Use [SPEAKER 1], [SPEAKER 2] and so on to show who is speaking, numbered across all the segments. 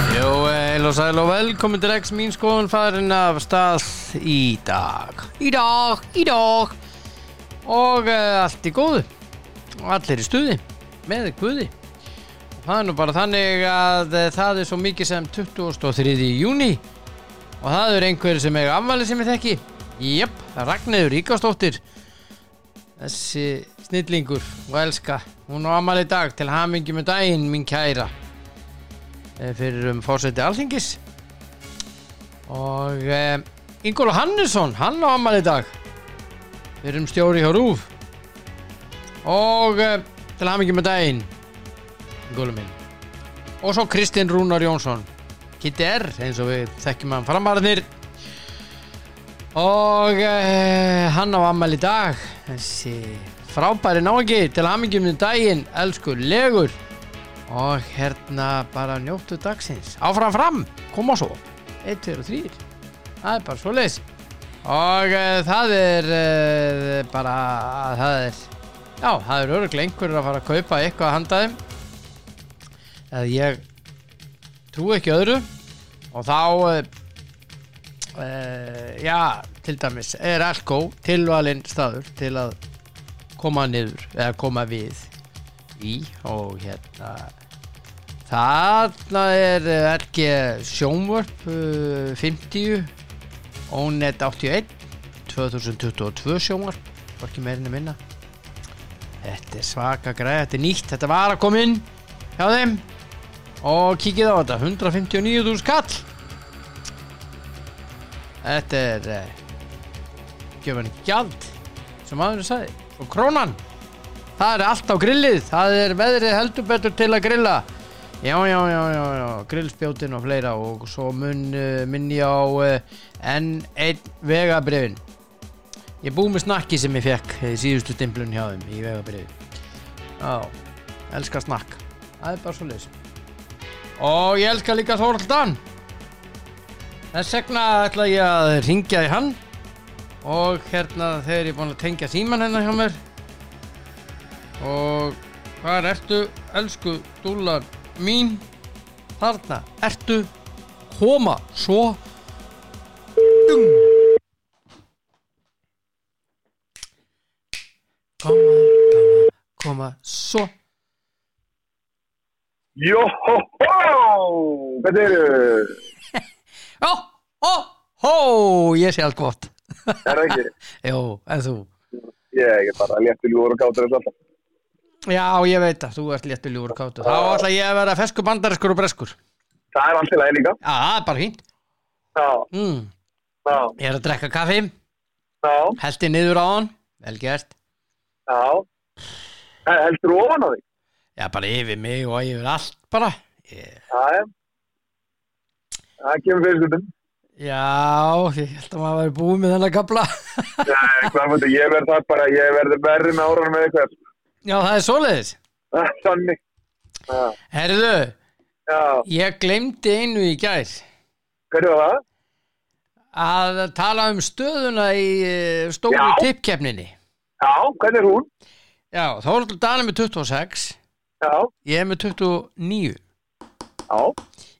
[SPEAKER 1] Heil og sæl og velkomin til X mín skoðun farin af stað í dag Í dag, í dag Og uh, allt í góðu Og allir í stuði Með Guði Og Það er nú bara þannig að eh, það er svo mikið sem 23. júni Og það eru einhverjir sem eiga afmæli sem ég þekki Jöp, Ragnarður Ríkastóttir Þessi snillingur og elska Hún á afmæli í dag til hamingi með daginn, mín kæra eh, fyrir um fórseti Alþingis og eh, Ingóla Hannesson, hann á ammali í dag fyrir um stjóri hjá Rúf og eh, til hamingi með daginn Ingóla minn og svo Kristinn Rúnar Jónsson Kitty R, eins og við þekkjum hann framarðir og eh, hann á ammali í dag þessi frábæri náingi til hamingi með daginn, elsku legur Og hérna bara njóttu dagsins Áfram fram, koma svo 1, 2 og 3 Það er bara svo leis Og uh, það er uh, bara, það er Já, það er öruglega einhverjur að fara að kaupa eitthvað að handa þeim Eða ég trú ekki öðru Og þá uh, uh, Já, til dæmis er Elko tilvalinn staður til að koma niður eða koma við í og hérna þarna er eh, erki sjónvörp uh, 50 Onet 81 2022 sjónvörp var ekki meirinu minna þetta er svaka græð, þetta er nýtt þetta var að koma inn hjá þeim og kíkið á þetta 159.000 kall þetta er uh, gefan gjald sem aðurinn sagði og krónan Það er allt á grillið, það er veðrið heldur betur til að grilla Já, já, já, já, já, grillspjótin og fleira og svo mun, uh, minni á uh, enn einn vegabrifin Ég búið með snakki sem ég fekk í síðustu stimplun hjá þeim í vegabrifin Já, elska snakk, það er bara svo leys Og ég elska líka Þóraldan Þess vegna ætla ég að ringja í hann og hérna þegar ég er búin að tengja síman hennar hjá mér Og hvað ertu, elsku dúlar mín? Þarna ertu, koma svo. Dung. Koma, koma, koma svo.
[SPEAKER 2] Jóhóhó! Hvernig eru?
[SPEAKER 1] Ó, ó, ó, ég sé allt gott.
[SPEAKER 2] Er það ekki?
[SPEAKER 1] Jó, en þú?
[SPEAKER 2] Ég er bara léttur ljúður og gátur þess alltaf.
[SPEAKER 1] Já, ég veit að þú ert léttur ljúfur og kátur. Þá ætla ég að vera feskur bandariskur og breskur.
[SPEAKER 2] Það er allt í lagi líka.
[SPEAKER 1] Já, það er bara fínt.
[SPEAKER 2] Já,
[SPEAKER 1] Mm.
[SPEAKER 2] já,
[SPEAKER 1] Ég er að drekka kaffi,
[SPEAKER 2] já,
[SPEAKER 1] heldi niður á hann, vel gert.
[SPEAKER 2] já. Eh, Heldur þú ofan á því?
[SPEAKER 1] Já, bara yfir mig og yfir allt bara. Ég-
[SPEAKER 2] Það er. Það kemur fyrir stundum.
[SPEAKER 1] Já, ég held að maður væri búið með þennan kapla.
[SPEAKER 2] Nei, hvað fyrir ég verð það bara, ég verður verri með árunum með eitthvað.
[SPEAKER 1] Já, það er svoleiðis.
[SPEAKER 2] Ah, Þannig. Já,
[SPEAKER 1] Herðu,
[SPEAKER 2] já.
[SPEAKER 1] ég glemdi einu í gær
[SPEAKER 2] Hverju var það?
[SPEAKER 1] að tala um stöðuna í eh, stóru
[SPEAKER 2] Já.
[SPEAKER 1] tippkeppninni.
[SPEAKER 2] Já, hvernig er hún?
[SPEAKER 1] Já, þá er Dani með 26,
[SPEAKER 2] Já,
[SPEAKER 1] ég er með 29.
[SPEAKER 2] já,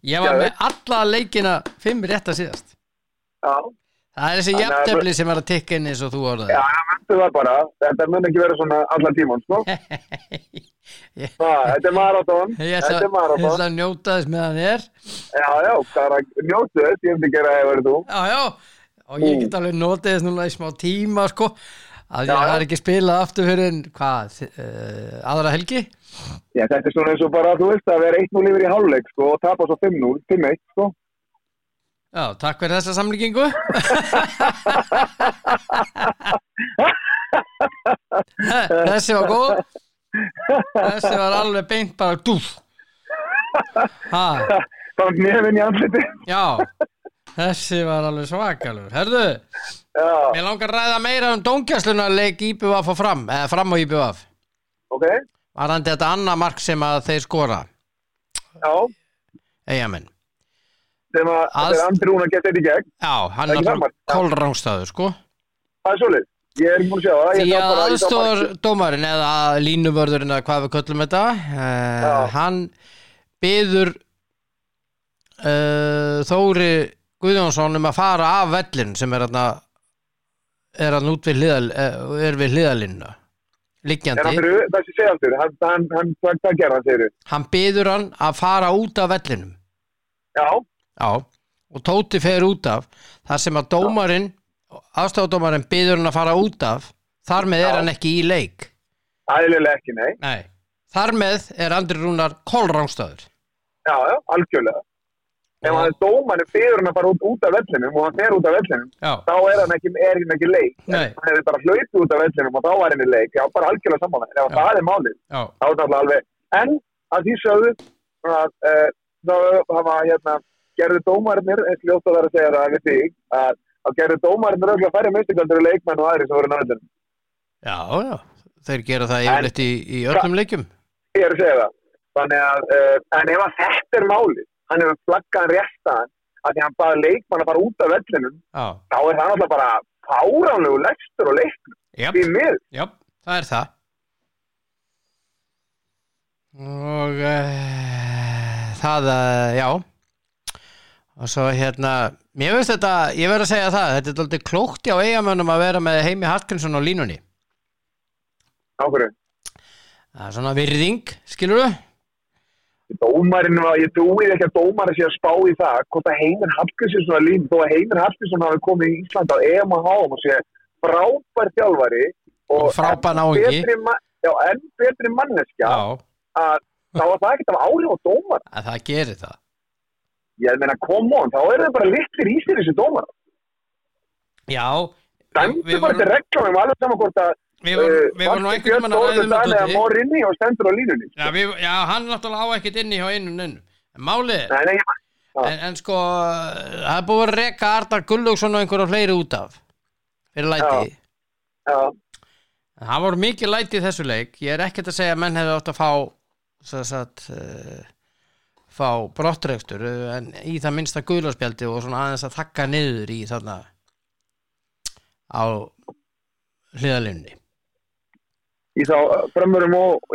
[SPEAKER 1] Ég var
[SPEAKER 2] Já.
[SPEAKER 1] með alla leikina fimm rétta síðast.
[SPEAKER 2] já.
[SPEAKER 1] Það er þessi
[SPEAKER 2] Þannig að-
[SPEAKER 1] jafntefli sem er að tikka inn eins og þú orðaði.
[SPEAKER 2] Já, menntu það bara. Þetta mun ekki vera svona allan tíman, sko.
[SPEAKER 1] Ég-
[SPEAKER 2] Ah, Þetta er marathon.
[SPEAKER 1] Ég ætla,
[SPEAKER 2] Þetta er
[SPEAKER 1] ég
[SPEAKER 2] marathon.
[SPEAKER 1] ætla að njóta þess meðan ég er.
[SPEAKER 2] Já, já, það er að njótu þess, ég hef ekki gera ef verið þú.
[SPEAKER 1] Já, já, og ég get alveg notið þess núna í smá tíma, sko að
[SPEAKER 2] Já,
[SPEAKER 1] ég
[SPEAKER 2] já.
[SPEAKER 1] var ekki spilað aftur fyrir en hvað, uh, aðra helgi
[SPEAKER 2] Já, þetta er svona eins og bara, þú veist, að vera 1-0 yfir í hálfleik, sko, og tapa svo 5-0, 5-1, sko.
[SPEAKER 1] Já, takk fyrir þessa samlíkingu Þessi var góð Þessi var alveg beint bara dúf ha,
[SPEAKER 2] Það var nefinn í andliti.
[SPEAKER 1] Já, þessi var alveg svakalur Herðu,
[SPEAKER 2] Já,
[SPEAKER 1] mér langar að ræða meira um dóngjastluna leik IBVF og fram, eða fram og IBVF
[SPEAKER 2] ok,
[SPEAKER 1] varandi þetta annað mark sem að þeir skora
[SPEAKER 2] já,
[SPEAKER 1] eigamenn,
[SPEAKER 2] sem að þetta
[SPEAKER 1] Alls-
[SPEAKER 2] er andri hún að geta þetta í gegn.
[SPEAKER 1] já, hann
[SPEAKER 2] Ekki
[SPEAKER 1] er
[SPEAKER 2] framar.
[SPEAKER 1] kólrángstæður sko
[SPEAKER 2] Það er svolít. Ég er ekki búin að sjá það.
[SPEAKER 1] því
[SPEAKER 2] ég
[SPEAKER 1] að
[SPEAKER 2] sá bara- ég sá bara-
[SPEAKER 1] aðstóðar dómarinn eða eh, línuvörðurinn eða hvað við köllum þetta uh,
[SPEAKER 2] Já.
[SPEAKER 1] hann byður uh, Þóri Guðjónsson um að fara af vellin sem er þarna er hann út við hliðal eh, er við hliðalinnu
[SPEAKER 2] Er hann
[SPEAKER 1] liggjandi,
[SPEAKER 2] fyrir, það sé segja aftur, hann, hann, hann, hann, hvað gerði hann segir?
[SPEAKER 1] hann byður hann að fara út af vellinum
[SPEAKER 2] Já,
[SPEAKER 1] Já, og Tóti fer út af þar sem að dómarinn aðstofdómarinn byður hann að fara út af þar með er
[SPEAKER 2] Já.
[SPEAKER 1] hann ekki í leik
[SPEAKER 2] æðilega ekki, nei.
[SPEAKER 1] Nei, þar með er Andri Rúnar kolrángstöður
[SPEAKER 2] Já, já, algjörlega. Ef hann er dómanum fyrir hann að fara út, út af vellinum og hann fer út af vellinum,
[SPEAKER 1] Já,
[SPEAKER 2] þá er hann ekki, er hann ekki leik. En
[SPEAKER 1] Nei.
[SPEAKER 2] Hann hefði bara hlaupið út af vellinum og þá var hann í leik. Já, bara algjörlega samanlega. En ef
[SPEAKER 1] Já.
[SPEAKER 2] það er málið,
[SPEAKER 1] já,
[SPEAKER 2] þá er það alveg. En að því sögðu, að, uh, þá hafa, hérna, gerðu dómarnir, eins og ljótt að vera að segja það við þig, að, að gerðu dómarnir öll að færi meðstingaldur í leikmenn og aðri sem voru náðin.
[SPEAKER 1] já, já Þeir gera það yfirleitt í, í öllum leikjum
[SPEAKER 2] Ég er að segja það. Þannig að, uh, en ef að þetta er málið, hann hefur flaggaðan réttaðan, að því hann baði leikmann að fara út af vellinum,
[SPEAKER 1] Já,
[SPEAKER 2] þá er það náttúrulega bara fáránlegu lekstur og leiknum
[SPEAKER 1] jáp,
[SPEAKER 2] því mið.
[SPEAKER 1] jáp, það er það Og uh, það, uh, já Og svo hérna, mér finnst þetta, ég verð að segja það, þetta er daldið klókt á eigamönnum að vera með Heimi Hallgrímsson á línunni.
[SPEAKER 2] Áhverju,
[SPEAKER 1] Það er svona virðing, skilur þú?
[SPEAKER 2] dómarinn var, ég trúið ekki að dómarinn sé að spá í það hvort að Heimir Hallgrímsson svona lín, þó að Heimir Hallgrímsson hafi komið í Ísland á EM og HM og sé frábær þjálfari
[SPEAKER 1] Og frábær
[SPEAKER 2] enn
[SPEAKER 1] náungi.
[SPEAKER 2] betri ma- Já, en betri manneskja, að þá var það ekkert af áhrif á dómar.
[SPEAKER 1] Að það gerir það.
[SPEAKER 2] Ég meina, come on, þá eru þau bara litlir í sér þessi dómar.
[SPEAKER 1] Já.
[SPEAKER 2] Dæmdu bara til reglunum, alveg saman hvort að eh,
[SPEAKER 1] Við vorum, við vorum nú einhvern tímann að ræðum
[SPEAKER 2] þetta. Það er
[SPEAKER 1] þetta.
[SPEAKER 2] morinni og stendur á línunni.
[SPEAKER 1] Já, við, já, hann náttúrulega á ekkert inni hjá einum nönnum. En málið, er,
[SPEAKER 2] Nei, nei, já.
[SPEAKER 1] en, en sko, það er búið að reka Arnar Gullugson og einhverja fleiri út af. Fyrir læti.
[SPEAKER 2] já.
[SPEAKER 1] En það voru mikið læti í þessu leik. Ég er ekkert að segja að menn hefði átt að fá, svo sagt, uh, fá brottrekstur, eh, en í það minnsta guðlarspjaldi og svona aðeins að þakka niður í þarna á hliðalunni.
[SPEAKER 2] Í þá uh, frömmurum og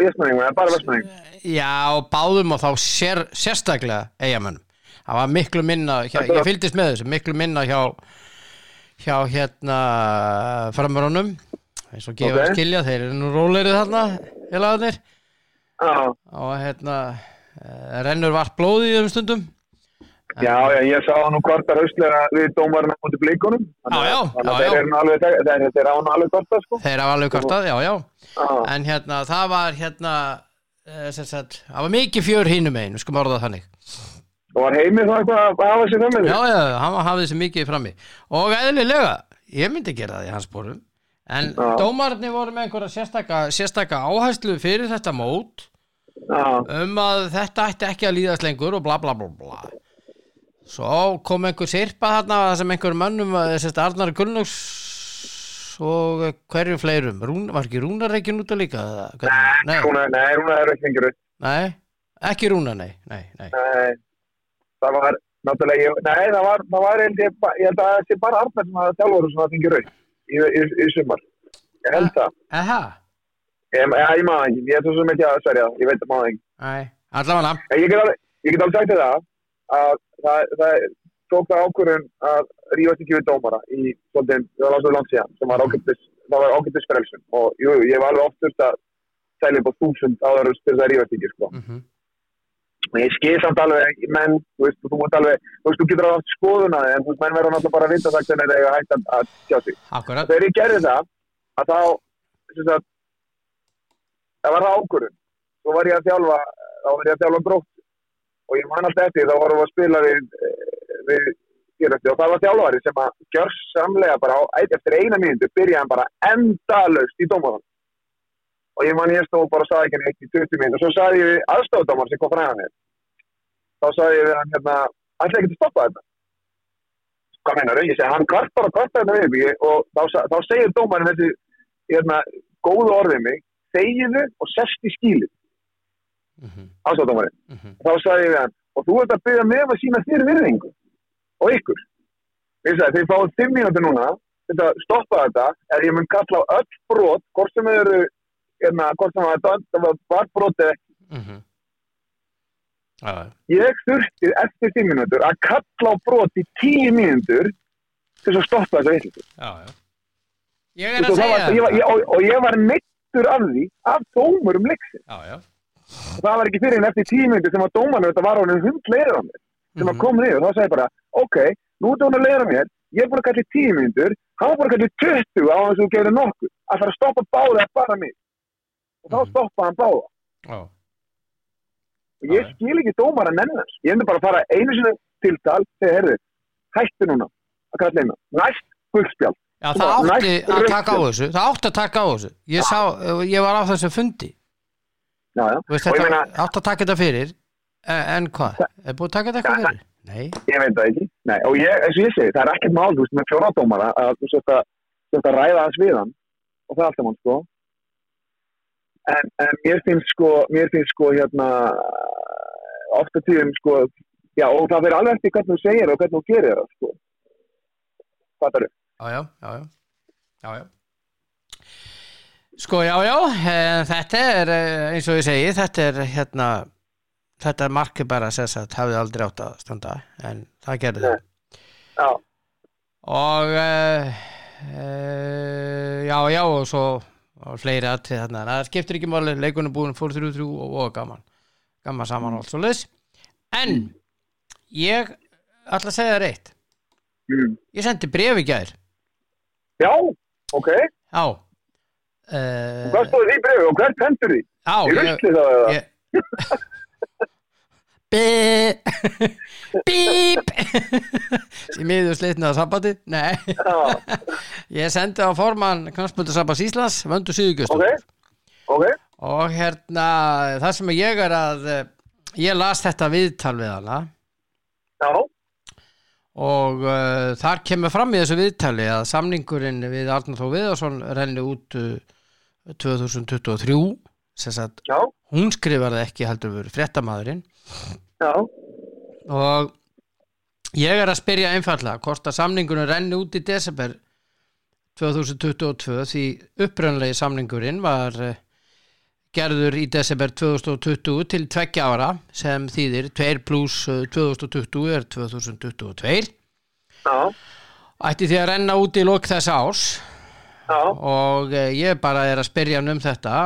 [SPEAKER 2] vestmenningum, eða bara vestmenningum.
[SPEAKER 1] Já, og báðum og þá sér, sérstaklega eigamönnum. Það var miklu minna, hjá,
[SPEAKER 2] Þetta var-
[SPEAKER 1] ég fylgdist með þessu, miklu minna hjá, hjá hérna framörunum, eins og gefa
[SPEAKER 2] Ok.
[SPEAKER 1] okay. skilja, þeir eru nú róleiri þarna, félagarnir,
[SPEAKER 2] Já,
[SPEAKER 1] og hérna eh, rennur vart blóði um stundum.
[SPEAKER 2] já, já, ég sá hann nú kvartar hauslega við dómarinn á múti blíkunum.
[SPEAKER 1] Já, já,
[SPEAKER 2] Þannig
[SPEAKER 1] já,
[SPEAKER 2] að
[SPEAKER 1] já.
[SPEAKER 2] þeir eru nú alveg, þeir- þeir- þeir eru án alveg kvartar, sko.
[SPEAKER 1] Þeir hafa alveg kvartað, já, já.
[SPEAKER 2] Já,
[SPEAKER 1] En hérna, það var hérna, eh, sem sagt, það var mikið fjör hínum einu, sko orða það þannig.
[SPEAKER 2] og var heimið það eitthvað að hafa sér framöðu?
[SPEAKER 1] Já, já, hann var hafið þessi mikið frammi og eðlilega, ég myndi gera það í hans bórum en
[SPEAKER 2] Já.
[SPEAKER 1] dómarni voru með einhverja sérstaka, sérstaka áhæslu fyrir þetta mót
[SPEAKER 2] Já,
[SPEAKER 1] um að þetta ætti ekki að líðast lengur og bla bla bla bla svo kom einhver sirpa þarna þar sem einhver mönnum, sérst Arnar Gunnlaugs og hverju fleirum Rún, var ekki Rúnareikin út að líka eða hvernig?
[SPEAKER 2] nei, hún er, nei, hún er ekki yngur.
[SPEAKER 1] nei, ekki Rúna, nei, nei, nei.
[SPEAKER 2] Nei, það var náttúrulega, ég, nei, það var, það var held ég, ba- ég held að það sé bara Arnar sem að þjálfur sem að fengi raun í, í, í sumar. Ég held það.
[SPEAKER 1] eha,
[SPEAKER 2] Ég, ég, ég maður ekki, ég er svo sem ekki að sverja það, ég veit að maður ekki.
[SPEAKER 1] nei, allavega
[SPEAKER 2] En ég get alveg, ég get alveg sagt þér það, að það, það tók það ákvörðun að rífast ekki við dómara í svolítið, það var svo langt síðan, sem var ágættis, það var ágættis frelsun og jú, jú, ég var alveg oft þurft að tæla upp á þúsund áður til þess að rífast ekki, sko.
[SPEAKER 1] mm -hmm.
[SPEAKER 2] Og ég skil samt alveg, menn, þú veist, þú mútt alveg, þú veist, þú getur alveg haft skoðun að þeim, þú veist, menn verður náttúrulega bara að vita það hvernig þeir eiga hægt að- að sjá sig.
[SPEAKER 1] akkurat,
[SPEAKER 2] Þegar ég gerði það, að þá, sem sagt, það var það ákvörðun. Svo var ég að þjálfa, þá var ég að þjálfa grótt og ég man alltaf eftir, þá vorum við að spila við, eh, við, félagslið og það var þjálfari sem að gjör samlega bara á, eftir eina mínútu byrjaði hann bara endalaust í dómarann. Og ég man ég stóð bara og saði ekki neitt í 20 mínútur og svo saði ég við aðstofdómar sem kom frá hann þá saði ég við hann hérna, ætla ekki að stoppa þetta hvað meinar ég segi, hann kvartar og kvartar þetta við mig Ég- og þá, sa- þá segir dómarinn þessi hérna, góðu orðið mig segiðu og sest í skílið
[SPEAKER 1] mm -hmm.
[SPEAKER 2] aðstofdómarinn,
[SPEAKER 1] Mm -hmm.
[SPEAKER 2] þá sagði ég við hann og þú ert að byrja mig um að sína þér virðingu og ykkur ég sagði, þeir fáið fimm mínúti núna þetta, stoppa þetta, eða ég mun kalla á öll brot, hvort sem þau eru hérna, hvort sem það var- það var brot eða ekki
[SPEAKER 1] Mhm. já, já.
[SPEAKER 2] Ég þurfti eftir 5 minútur að kalla á brot í 10 mínútur til þess að stoppa þessa vitlisku.
[SPEAKER 1] já, já. Ég er
[SPEAKER 2] Þú
[SPEAKER 1] að
[SPEAKER 2] veist, og, það
[SPEAKER 1] segja
[SPEAKER 2] var, ég var, ég, og, og ég var meittur af því af dómurum leiksins.
[SPEAKER 1] Já, já.
[SPEAKER 2] Og það var ekki fyrir en eftir 10 mínútur sem að dómarna þetta var honum hundleiður á mér. Sem að
[SPEAKER 1] Mhm.
[SPEAKER 2] kom niður og þá sagði ég bara, ok, nú er dómarna leiður á mér, ég er búin að kalla í 10 mínútur, hann var búin að kalla í 20 á þess að þú gerir nokkuð. Að fara að stoppa báða er bara mig. Og þá
[SPEAKER 1] Mhm.
[SPEAKER 2] stoppaði hann báða.
[SPEAKER 1] Já,
[SPEAKER 2] og ég
[SPEAKER 1] Já, já.
[SPEAKER 2] skil ekki dómar að nennast ég endur bara að fara einu sinni tiltal þegar herðu, hættu núna að kalla einu, næst guldspjald
[SPEAKER 1] já
[SPEAKER 2] Sko,
[SPEAKER 1] það átti
[SPEAKER 2] næst
[SPEAKER 1] að taka á
[SPEAKER 2] röntgen.
[SPEAKER 1] þessu. Það átti að taka á þessu. Ég sá, ég var á þessu fundi.
[SPEAKER 2] já, já.
[SPEAKER 1] Þú Veist,
[SPEAKER 2] og ég
[SPEAKER 1] þetta,
[SPEAKER 2] meina,
[SPEAKER 1] átti að taka þetta fyrir. En, en hvað? Er búið að taka þetta eitthvað fyrir? Nei.
[SPEAKER 2] ég veit það ekki Nei, og ég, eins og ég segi, það er ekkert mál þú veist, með fjóra dómara að þú sért að, sért að ræða hans við hann og það er alltaf mann sko en, en mér finnst sko mér finnst sko hérna ofta tíðum sko já, og það verður alveg eftir hvernig þú segir og hvernig þú gerir það sko hvað það
[SPEAKER 1] Já, já, já, já. já, já. Sko, já, já, eh, þetta er, eh, eins og ég segi, þetta er hérna, þetta markið bara sess að hafið aldrei átt að standa, en það gerði það.
[SPEAKER 2] já,
[SPEAKER 1] Og, uh, uh, já, já, og svo og fleiri aðtrið þarna, en það skiptir ekki máli, leikunum búin fór 3-3 og, og gaman, gaman saman og allt svo leis. En, ég ætla að segja það reitt,
[SPEAKER 2] mm.
[SPEAKER 1] ég sendi brefi gær,
[SPEAKER 2] já, ok
[SPEAKER 1] já, uh,
[SPEAKER 2] Hvað stóði því brefi og hvert hendur því?
[SPEAKER 1] Já,
[SPEAKER 2] Í rusli þá eða?
[SPEAKER 1] ég... Bíp Bíp sem ég þú slitnaði sambandi Nei,
[SPEAKER 2] Já,
[SPEAKER 1] ég sendi á formann knarspöldu sambands Íslands Vöndu Sýðugjustur
[SPEAKER 2] ok, ok,
[SPEAKER 1] og hérna, það sem ég er að eh, ég las þetta viðtal við hana
[SPEAKER 2] já,
[SPEAKER 1] og uh, þar kemur fram í þessu viðtali að samningurinn við Arnur Þó Viðarsson renni út uh, 2023 sem sagt,
[SPEAKER 2] já,
[SPEAKER 1] hún skrifar það ekki heldur verið fréttamaðurinn
[SPEAKER 2] já,
[SPEAKER 1] og ég er að spyrja einfallega hvort að samningunum renni út í desember 2022 því upprönnlegi samningurinn var eh, gerður í desember 2020 til tveggja ára sem þýðir eh, 2 pluss 2020 er 2022
[SPEAKER 2] já,
[SPEAKER 1] ætti því að renna út í lok þess árs
[SPEAKER 2] já,
[SPEAKER 1] og eh, ég bara er að spyrja hann um þetta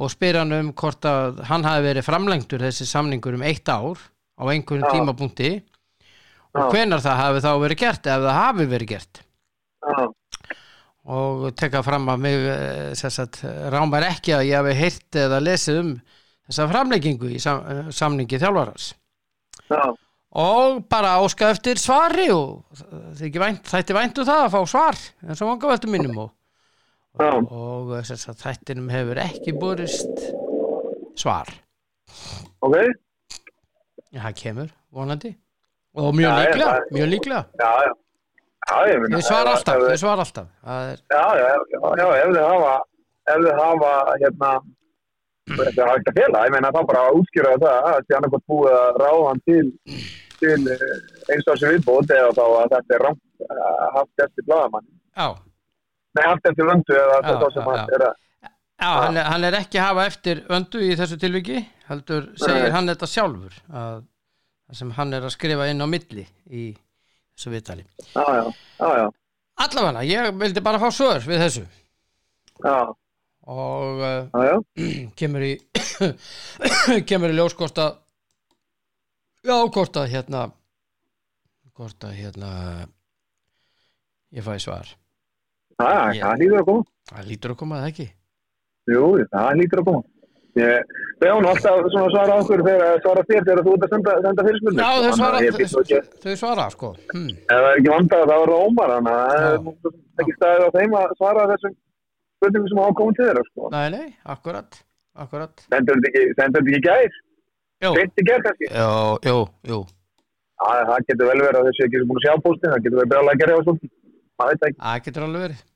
[SPEAKER 1] og spyrja hann um hvort að hann hafi verið framlengdur þessi samningur um eitt ár á einhverjum
[SPEAKER 2] Já.
[SPEAKER 1] tímapunkti
[SPEAKER 2] Já.
[SPEAKER 1] og hvenar það hafi þá verið gert ef það hafi verið gert
[SPEAKER 2] já,
[SPEAKER 1] og teka fram að mig eh, sem sagt, rámar ekki að ég hafi heyrt eða lesið um þessa framleggingu í sam eh, samningi þjálfarans
[SPEAKER 2] já,
[SPEAKER 1] og bara óska eftir svari og þykir vænt, þætti væntu það að fá svar eins og vanga veldu mínum og
[SPEAKER 2] já,
[SPEAKER 1] og eh, sem sagt, þættinum hefur ekki borist svar
[SPEAKER 2] ok,
[SPEAKER 1] en það kemur vonandi og mjög
[SPEAKER 2] Já, já,
[SPEAKER 1] líklega,
[SPEAKER 2] það-
[SPEAKER 1] mjög líklega
[SPEAKER 2] já, já, já, ég meina.
[SPEAKER 1] þau svara
[SPEAKER 2] ef-
[SPEAKER 1] alltaf,
[SPEAKER 2] ef-
[SPEAKER 1] þau svara alltaf það er,
[SPEAKER 2] Já, já, já, já, ef þið hafa, ef þið hafa, hérna, þetta er hægt að fela, ég meina það bara að útskýra það, að það er annarkot búið að ráða hann til, til eh, eins og sem viðbót eða þá að þetta er rangt eh, haft eftir bladamann.
[SPEAKER 1] já,
[SPEAKER 2] Nei, haft eftir vöndu eða
[SPEAKER 1] Já,
[SPEAKER 2] þetta sem
[SPEAKER 1] já,
[SPEAKER 2] hann
[SPEAKER 1] já.
[SPEAKER 2] er að,
[SPEAKER 1] já hann, er, hann er ekki að hafa eftir öndu í þessu tilviki heldur segir
[SPEAKER 2] Nei.
[SPEAKER 1] hann þetta sjálfur að, það sem hann er að skrifa inn á milli í þessu viðtali
[SPEAKER 2] já, já, já, já,
[SPEAKER 1] allavega, ég vildi bara fá svör við þessu
[SPEAKER 2] já.
[SPEAKER 1] og uh,
[SPEAKER 2] Já, já,
[SPEAKER 1] kemur í kemur í ljós hvort að já, hvort að hérna hvort að hérna ég fæ svar
[SPEAKER 2] já, já,
[SPEAKER 1] Já.
[SPEAKER 2] það hlýtur að koma.
[SPEAKER 1] það lítur að koma að það ekki
[SPEAKER 2] Jú, jú, það hlýtur að koma. Ég, þegar hún alltaf svona svara okkur þegar svara þér þegar þú ert að senda, senda fyrirspunni.
[SPEAKER 1] já, þau svara,
[SPEAKER 2] Ég býtt ekki,
[SPEAKER 1] þau, þau svara sko hm.
[SPEAKER 2] ef það er ekki vandað þá er það ómar, þannig að það
[SPEAKER 1] Já.
[SPEAKER 2] er nú ekki staðið á þeim að svara þessum spurningum sem ákomum til þeirra, sko.
[SPEAKER 1] nei, nei, akkurat akkurat,
[SPEAKER 2] Sendur þetta ekki, sendur þetta ekki í gær,
[SPEAKER 1] jú,
[SPEAKER 2] beint í gær kannski.
[SPEAKER 1] jú, jú, jú.
[SPEAKER 2] Já, það getur vel verið að þessi ekki sem búin að sjá póstin, það getur verið brjálega að gera á svolítið. Það veit það ekki.
[SPEAKER 1] það getur alveg verið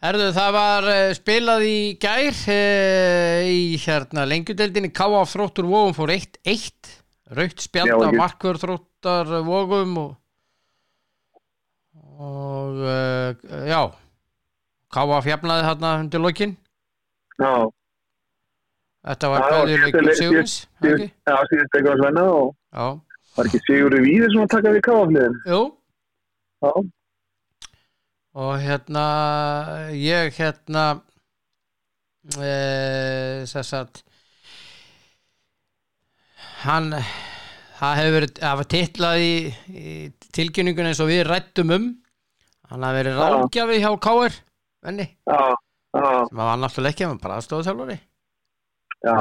[SPEAKER 1] Herðu, það var eh, spilað í gær eh, í hérna lengjudeldinni K.A. þróttur vógum fór 1-1 raut
[SPEAKER 2] Já,
[SPEAKER 1] spjald af
[SPEAKER 2] ég-
[SPEAKER 1] markvör þróttar vógum og, og uh, já K.A. fjafnaði hérna undir lokin
[SPEAKER 2] Já,
[SPEAKER 1] Þetta var
[SPEAKER 2] Já,
[SPEAKER 1] kveðjuleikur
[SPEAKER 2] síðasta-
[SPEAKER 1] Sigurins
[SPEAKER 2] Síð-
[SPEAKER 1] ekki?
[SPEAKER 2] Já, síðan tekur hans venna og
[SPEAKER 1] Já,
[SPEAKER 2] var ekki Sigur Víðir sem að taka við káafliðin.
[SPEAKER 1] jú
[SPEAKER 2] Já,
[SPEAKER 1] og hérna ég hérna e, þess að hann það hefur verið, það var titlað í, í tilkynningun eins og við rættum um hann hafi verið
[SPEAKER 2] Já.
[SPEAKER 1] ráðgjafi hjá K.R. venni,
[SPEAKER 2] já, já,
[SPEAKER 1] sem hann var náttúrulega ekki hann var bara aðstofutjálfari
[SPEAKER 2] já.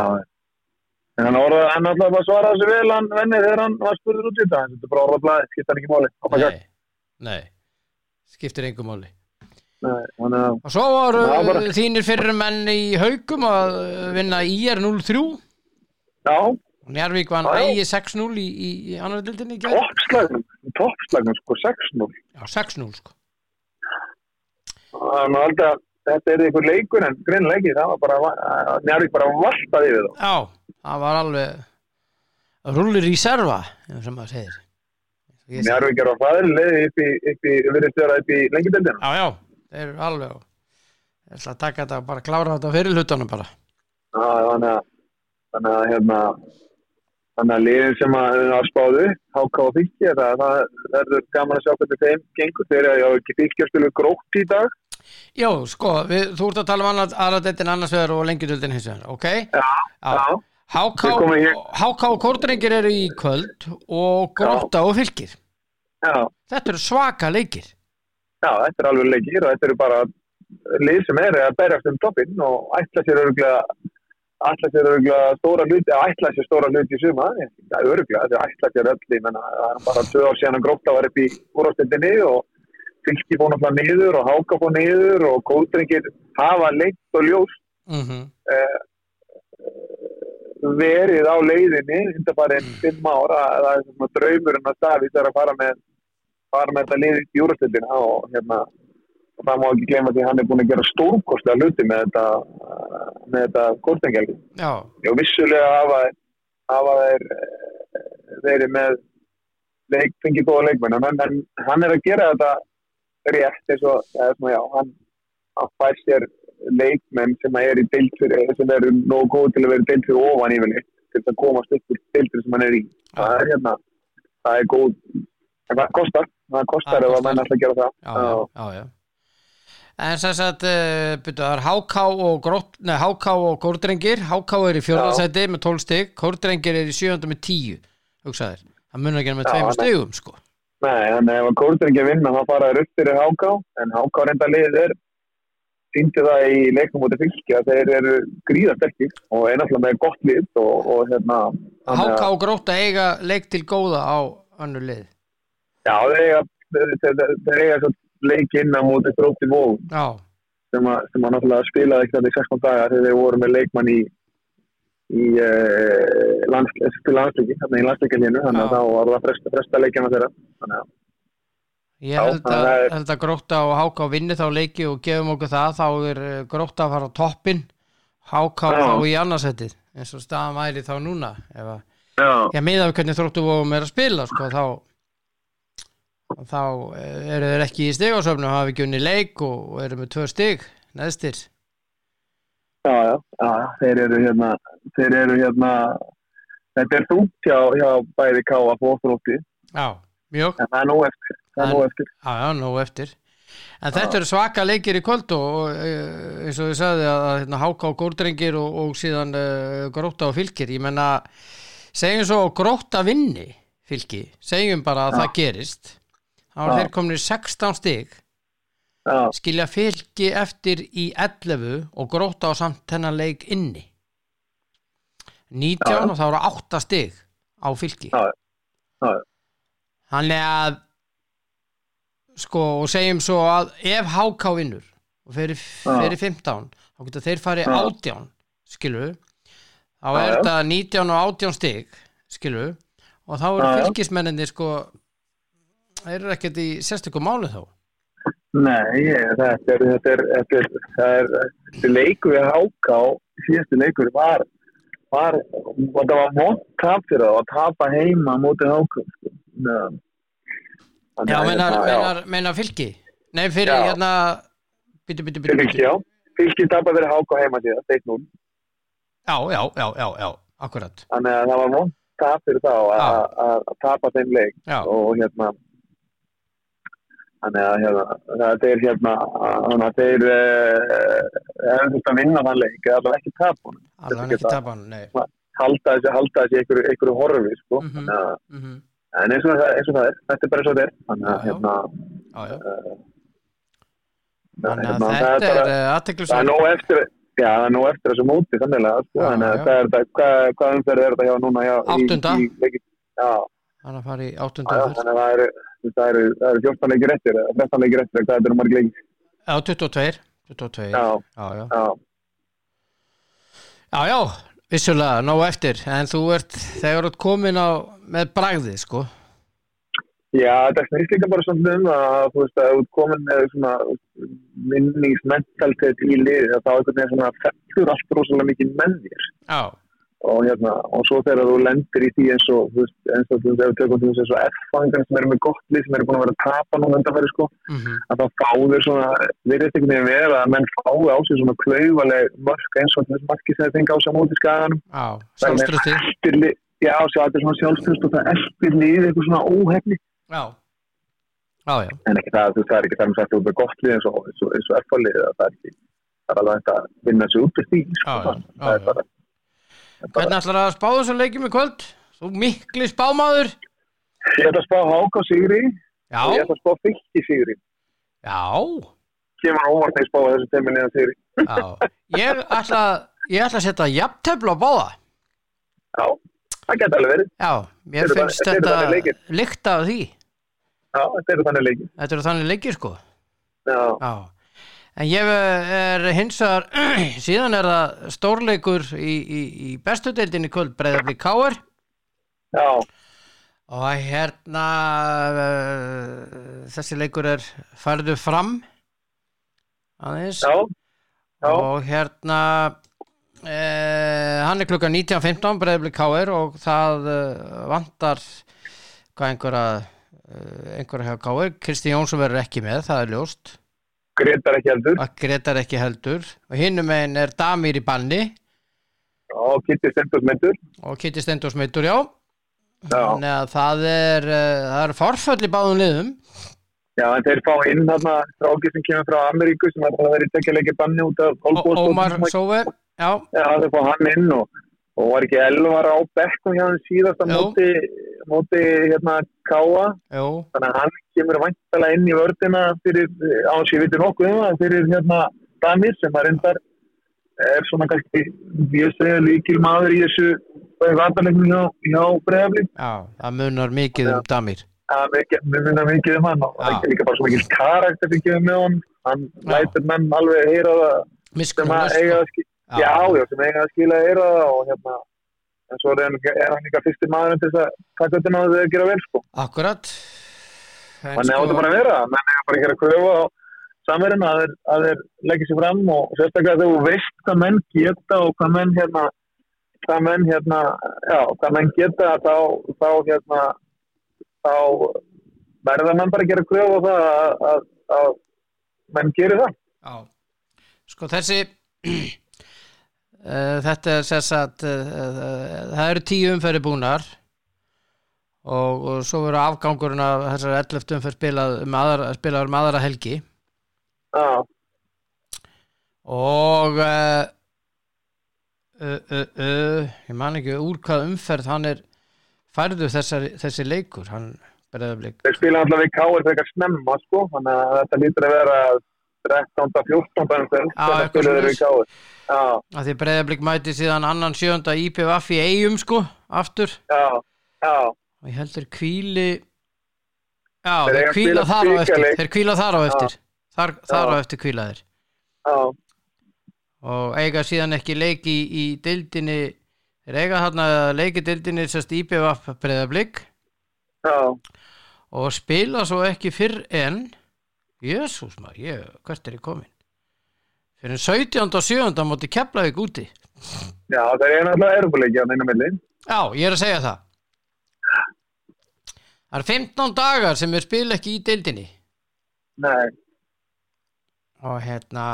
[SPEAKER 2] En hann orðaði, hann alltaf bara svaraði þessu vel hann venni þegar hann var spurður út í þetta. Þetta er bara orðað blæði, skipta hann ekki máli. Á bakar.
[SPEAKER 1] nei, nei, skiptir engum máli
[SPEAKER 2] Nei, þannig að,
[SPEAKER 1] og svo voru
[SPEAKER 2] Það var bara-
[SPEAKER 1] þínir fyrir menn í haukum að eh, vinna IR 03
[SPEAKER 2] já,
[SPEAKER 1] Njarvík vann
[SPEAKER 2] Já, já.
[SPEAKER 1] ægi 6-0 í, í, í annar dildinni í gæð
[SPEAKER 2] toppslagnum, toppslagnum sko 6-0
[SPEAKER 1] Já, 6-0 sko
[SPEAKER 2] Það er nú aldrei að þetta er einhver leikur en greinlega ekki, það var bara njárvík bara valtaði við þá
[SPEAKER 1] Já, það var alveg rullir í serva eins og maður segir Ég-
[SPEAKER 2] njárvík er á fæðri leiði upp í, upp í virðist vera upp í lengjadeldina
[SPEAKER 1] Já, já, þeir eru alveg Ég ætla að taka þetta og bara klára þetta fyrir hlutunum bara
[SPEAKER 2] þannig að þannig að hérna þannig að liðin sem að að spáðu háká og fylki það, það verður gaman að sjá hvernig þeim gengur þegar ég á ekki fylki að spila grótt í dag
[SPEAKER 1] Jó, sko, við, þú ert að tala um annað, aðra deildin annars vegar og lengi dildin hins vegar, ok?
[SPEAKER 2] já, já,
[SPEAKER 1] HK,
[SPEAKER 2] Við komum hér-
[SPEAKER 1] HK og Kortrengir eru í kvöld og Gróta og Fylgir
[SPEAKER 2] já,
[SPEAKER 1] Þetta eru svaka leikir
[SPEAKER 2] já þetta er alveg leikir og þetta eru bara lið sem er að berjast um toppinn og ætla sér öruglega ætla sér öruglega stóra hluti eða ætla sér stóra hluti í suma ja, öruglega, þetta er ætla sér öll ég menna, það er bara tvö ár síðan að gróta var upp í úrvastendinni og fylgji fór náttúrulega niður og háka fór niður og kóldrengir hafa leitt og ljóst
[SPEAKER 1] mm
[SPEAKER 2] eh, verið á leiðinni þetta bara einn fimm ára það er svona draumurinn að stafi þegar að fara með fara með þetta liðið í júrastöldina og hérna og það má ekki gleyma því að hann er búin að gera stórkostlega hluti með þetta eh, með þetta kortengjali
[SPEAKER 1] Já,
[SPEAKER 2] Jú, vissulega hafa, hafa þeir eh, verið með leik, fengið góða leikmenn en hann, hann, hann er að gera þetta rétt eins og, eða svona já, hann, hann fær sér leikmenn sem er í deildur, sem eru nógu góð til að vera deildur ofan yfirleitt til þess að komast upp úr deildur sem hann er í það er hérna, það er góð en það kostar, það
[SPEAKER 1] Það
[SPEAKER 2] kostar ef
[SPEAKER 1] kostar.
[SPEAKER 2] að menn ætla að gera það
[SPEAKER 1] já, já, já, já. En sem sagt, uh, byrju, það er HK og, grótt, nei, HK og Kórdrengir, HK er í
[SPEAKER 2] Já.
[SPEAKER 1] fjörðarsæti með 12 stygg, Kórdrengir er í sjöönda með 10, hugsaðir. Það munar ekki með
[SPEAKER 2] Já,
[SPEAKER 1] tveimur
[SPEAKER 2] nei.
[SPEAKER 1] stygum, sko.
[SPEAKER 2] Nei, þannig að ef að Kórdur ekki að vinna þá fara þeir upp fyrir Háká en Háká reynda liðið er síndi það í leikum út af fylki að þeir eru gríðastekki og er náttúrulega með gott lið og, og hérna þannig
[SPEAKER 1] HK
[SPEAKER 2] að-
[SPEAKER 1] og Gróta eiga leik til góða á önnu lið.
[SPEAKER 2] Já, þeir eiga, þeir, þeir, þeir eiga svo leik inn á móti gróti vóð
[SPEAKER 1] Já,
[SPEAKER 2] sem að, sem að náttúrulega spilaði ekki þannig 16 daga þegar þeir voru með leikmann í í uh, landsliki þannig í landslikalínu þannig að
[SPEAKER 1] Já.
[SPEAKER 2] þá var það fresta, fresta leikjana þeirra þannig að
[SPEAKER 1] ég
[SPEAKER 2] Já,
[SPEAKER 1] held að,
[SPEAKER 2] það er-
[SPEAKER 1] held að Gróta og HK vinni þá leiki og gefum okkur það, þá er eh, Gróta að fara á toppin, HK
[SPEAKER 2] Já.
[SPEAKER 1] þá í annarsætið, eins og staðan væri þá núna, ef að
[SPEAKER 2] Já,
[SPEAKER 1] Já, miðað við hvernig þróttu vóðum er að spila sko, þá þá eh, eru þeir ekki í stigasöfnu hafa ekki unni leik og og eru með tvö stig neðstir
[SPEAKER 2] Já, já, já, þeir eru hérna, þeir eru hérna, þetta er þungt hjá, hjá bæði káa fóþrótti,
[SPEAKER 1] Já, mjög,
[SPEAKER 2] en það er nú eftir, það er nú eftir.
[SPEAKER 1] já, já, nóg eftir En þetta eru svaka leikir í kvöld og, og eh, eins og ég sagði að að, hérna, háká górdrengir og, og síðan uh, gróta og fylgir, ég menna segjum svo að gróta vinni fylgi, segjum bara að
[SPEAKER 2] Já.
[SPEAKER 1] það gerist þá er
[SPEAKER 2] Já.
[SPEAKER 1] þeir komin 16 stig
[SPEAKER 2] Já,
[SPEAKER 1] skilja fylgi eftir í 11 og gróta á samt þennan leik inni 19
[SPEAKER 2] Já, já.
[SPEAKER 1] og þá eru 8 stig á fylgi
[SPEAKER 2] Já, já. Já, já.
[SPEAKER 1] þannig að sko og segjum svo að ef HK vinnur og fyrir, fyrir 15 þá geta þeir farið
[SPEAKER 2] Já.
[SPEAKER 1] 18 skilu þá
[SPEAKER 2] Já,
[SPEAKER 1] er
[SPEAKER 2] já.
[SPEAKER 1] þetta 19 og 18 stig skilu og þá eru
[SPEAKER 2] Já, já.
[SPEAKER 1] fylgismenninni sko þeir eru ekkert í sérstökum máli þá
[SPEAKER 2] nei, ég, þetta er, þetta er, þetta er, það er, þessi leikur við háká, síðasti leikur var, var, það var mótt tap fyrir það, að tapa heima mótið háká, sko. Já,
[SPEAKER 1] Já, meinar,
[SPEAKER 2] hérna, já.
[SPEAKER 1] meinar, meinar fylki Nei, fyrir
[SPEAKER 2] Já.
[SPEAKER 1] hérna Bítu, bítu, bítu,
[SPEAKER 2] Fyrir fylki,
[SPEAKER 1] bítu.
[SPEAKER 2] já. Fylki tapar fyrir háká heima síðan, 1-0.
[SPEAKER 1] já, já, já, já, já, akkurat
[SPEAKER 2] þannig að það var vond tap fyrir þá að-
[SPEAKER 1] Já.
[SPEAKER 2] að- að að tapa þeim leik
[SPEAKER 1] Já,
[SPEAKER 2] og hérna þannig að hérna, það er hérna þannig að þeir eh, er þurft að vinna þann leik eða allavega ekki tap honum
[SPEAKER 1] allan ekki
[SPEAKER 2] geta-
[SPEAKER 1] tapa hann, nei
[SPEAKER 2] halda þessi, halda þessi einhverju, einhverju horfi sko.
[SPEAKER 1] Mhm.
[SPEAKER 2] mm -hmm.
[SPEAKER 1] mm
[SPEAKER 2] en eins og, það, eins og það er, þetta er bara eins og það er þannig
[SPEAKER 1] Já,
[SPEAKER 2] að
[SPEAKER 1] já.
[SPEAKER 2] hérna,
[SPEAKER 1] Já, já,
[SPEAKER 2] hérna,
[SPEAKER 1] þannig að
[SPEAKER 2] það
[SPEAKER 1] þetta er
[SPEAKER 2] er bara
[SPEAKER 1] eh,
[SPEAKER 2] það er
[SPEAKER 1] aðteklisvægt
[SPEAKER 2] nóg eftir Já, það er nú eftir þessu móti, þannig sko,
[SPEAKER 1] Já,
[SPEAKER 2] en
[SPEAKER 1] já.
[SPEAKER 2] eh, hvað er þetta, hvað, hvað umferð er þetta hjá núna? Hjá, í-
[SPEAKER 1] Áttunda.
[SPEAKER 2] Í, leiki- já,
[SPEAKER 1] Þannig að fara í
[SPEAKER 2] já,
[SPEAKER 1] áttundan
[SPEAKER 2] þannig að það eru, það eru, það eru 14 leikir eftir, eða 13 leikir eftir, hvað þetta eru margir leikir?
[SPEAKER 1] Já, 22 22,
[SPEAKER 2] Já,
[SPEAKER 1] já, já
[SPEAKER 2] já,
[SPEAKER 1] Já, já, vissulega, nóg eftir en þú ert, þegar þú ert komin á með bragði, sko
[SPEAKER 2] já, þetta snýst líka bara svona um að, þú veist, að þú ert komin með svona minningsmentalitet í liðið, að þá einhvern veginn svona fellur allt rosalega mikið með þér.
[SPEAKER 1] Já,
[SPEAKER 2] og hérna, og svo þegar þú lendir í því eins og, þú veist, eins og þú veist, ef við tökum til þess að svo F-fangan sem eru með gott lið sem eru búin að vera að tapa núna undanferði sko,
[SPEAKER 1] mhm,
[SPEAKER 2] að þá fá þau svona, við reyndum ekki nefnir vera að menn fái á sig svona klaufaleg mörk eins og þess marki sem þeir fengi á sig á móti skaganum.
[SPEAKER 1] já, sjálfströsti
[SPEAKER 2] Eftir lið, já, sjá, þetta er svona sjálfstöðst og það eftir lið eitthvað svona óhefni.
[SPEAKER 1] Já, já, já,
[SPEAKER 2] En ekki það, þú veist, það er ekki þar með sagt að þú ert með gott lið eins og, eins og, eins og F-lið, það er ekki, það er alveg hægt að vinna sig út í því, sko,
[SPEAKER 1] Já, já, já,
[SPEAKER 2] það er
[SPEAKER 1] já.
[SPEAKER 2] bara,
[SPEAKER 1] Hvernig ætlar að spá þessum leikjum í kvöld? Þú mikli spámaður?
[SPEAKER 2] ég ætla að spá Háka Sigri og ég
[SPEAKER 1] Já,
[SPEAKER 2] ætla að spá Fylki Sigri.
[SPEAKER 1] já,
[SPEAKER 2] kemur á óvart að ég spáði þessu teiminu að þeirri.
[SPEAKER 1] já. Ég ætla, ég ætla að setja jafntefla á báða.
[SPEAKER 2] Já, það geta alveg verið.
[SPEAKER 1] Já, mér
[SPEAKER 2] Þetta eru
[SPEAKER 1] finnst
[SPEAKER 2] bara- þetta eru bara
[SPEAKER 1] þetta
[SPEAKER 2] leikir.
[SPEAKER 1] líkt af því.
[SPEAKER 2] Já, þetta eru þannig leikir.
[SPEAKER 1] Þetta eru þannig leikir, sko.
[SPEAKER 2] Já,
[SPEAKER 1] Já. En ég eh, er hins vegar, síðan er það stórleikur í, í, í bestudeldinni í kvöld breyðabli Káar
[SPEAKER 2] já,
[SPEAKER 1] og hérna eh, þessi leikur er færðu fram aðeins
[SPEAKER 2] já, já,
[SPEAKER 1] og hérna eh, hann er klukkan 19.15 breyðabli Káar og það eh, vantar hvað einhverja eh, einhverja hjá Káar, Kristi Jónsson verður ekki með, það er ljóst
[SPEAKER 2] greitar ekki heldur.
[SPEAKER 1] að Gretar ekki heldur og hinnum einn er Damir í banni
[SPEAKER 2] Já, Kitty Stendos meittur.
[SPEAKER 1] og Kitty Stendos meittur já
[SPEAKER 2] Já,
[SPEAKER 1] þannig að það er, eh, það er forföll í báðum liðum
[SPEAKER 2] já, en þeir fá inn þarna stráki sem kemur frá Ameríku sem er að vera í tekjuleiki banni út af
[SPEAKER 1] og
[SPEAKER 2] Olbóðsbóðum.
[SPEAKER 1] Ómar Sóve já,
[SPEAKER 2] Já, þeir fá hann inn og, og var ekki 11 ára á bekkum hjá hann síðast að
[SPEAKER 1] Jú.
[SPEAKER 2] móti, móti hérna Káa.
[SPEAKER 1] jú,
[SPEAKER 2] Þannig að hann kemur vantala inn í vördina fyrir, á hans ég viti nokkuð um það, fyrir hérna Danir sem að reyndar er svona kannski, ég segja líkil maður í þessu vandalegum hjá, hjá breyfli.
[SPEAKER 1] já, það munar mikið um Damir
[SPEAKER 2] Það mér finna mikið um hann og það
[SPEAKER 1] Já.
[SPEAKER 2] er líka bara svo mikil karakter sem kemur með hann. Hann
[SPEAKER 1] Já.
[SPEAKER 2] lætur menn alveg heyra það sem að eiga
[SPEAKER 1] miskunnast
[SPEAKER 2] að skilja, já, já, sem eiga að skilja heyra það og hérna, en svo er hann, er hann líka fyrsti maðurinn til þess að taka þetta náðu að gera vel sko.
[SPEAKER 1] akkurat en
[SPEAKER 2] Þannig áttu bara að vera, menn er bara að gera kröfu á samverðin að þeir, að þeir leggja sér fram og sérstaklega þegar þú veist hvað menn geta og hvað menn hérna, hvað menn hérna, já, hvað menn geta þá, þá hérna, þá verða menn bara að gera kröfu á það að, að, að menn gerir það.
[SPEAKER 1] Já, sko þessi uh, þetta er sess að uh, uh, það eru tíu umferði búnar og, og svo verður afgangurinn af þessar 11 umferð spilað um aðra, spilað um aðra helgi
[SPEAKER 2] Já,
[SPEAKER 1] og uh, uh, uh, uh, ég man ekki úr hvað umferð hann er færðu þessar, þessi leikur hann breyðablik
[SPEAKER 2] þeir spila alltaf við káir þegar snemma, sko, þannig að þetta lítur að vera um 13. 14. umferð,
[SPEAKER 1] Já,
[SPEAKER 2] þannig
[SPEAKER 1] eitthvað
[SPEAKER 2] að spila þeir við káir. Já,
[SPEAKER 1] að því breyðablik mæti síðan annan sjönda IPVF í eigum sko aftur
[SPEAKER 2] já, já.
[SPEAKER 1] og ég heldur kvíli já,
[SPEAKER 2] Þeir
[SPEAKER 1] þeir,
[SPEAKER 2] eiga að
[SPEAKER 1] kvíla
[SPEAKER 2] spila
[SPEAKER 1] þar á eftir
[SPEAKER 2] bikarleik.
[SPEAKER 1] þeir kvíla þar á eftir þar, þar á
[SPEAKER 2] Já.
[SPEAKER 1] eftir kvíla þeir
[SPEAKER 2] Já,
[SPEAKER 1] og eiga síðan ekki leik í, í deildinni þeir eiga þarna leiki deildinni sérst IBVF breyðablík
[SPEAKER 2] já,
[SPEAKER 1] og spila svo ekki fyrr en jésús maður, ég, hvert er ég komin fyrir en 17. og 7. móti Keflavík úti
[SPEAKER 2] já, þeir eru alltaf erfuleikja á einu millin.
[SPEAKER 1] já, ég er að segja það það er 15 dagar sem við spila ekki í deildinni
[SPEAKER 2] Nei,
[SPEAKER 1] og hérna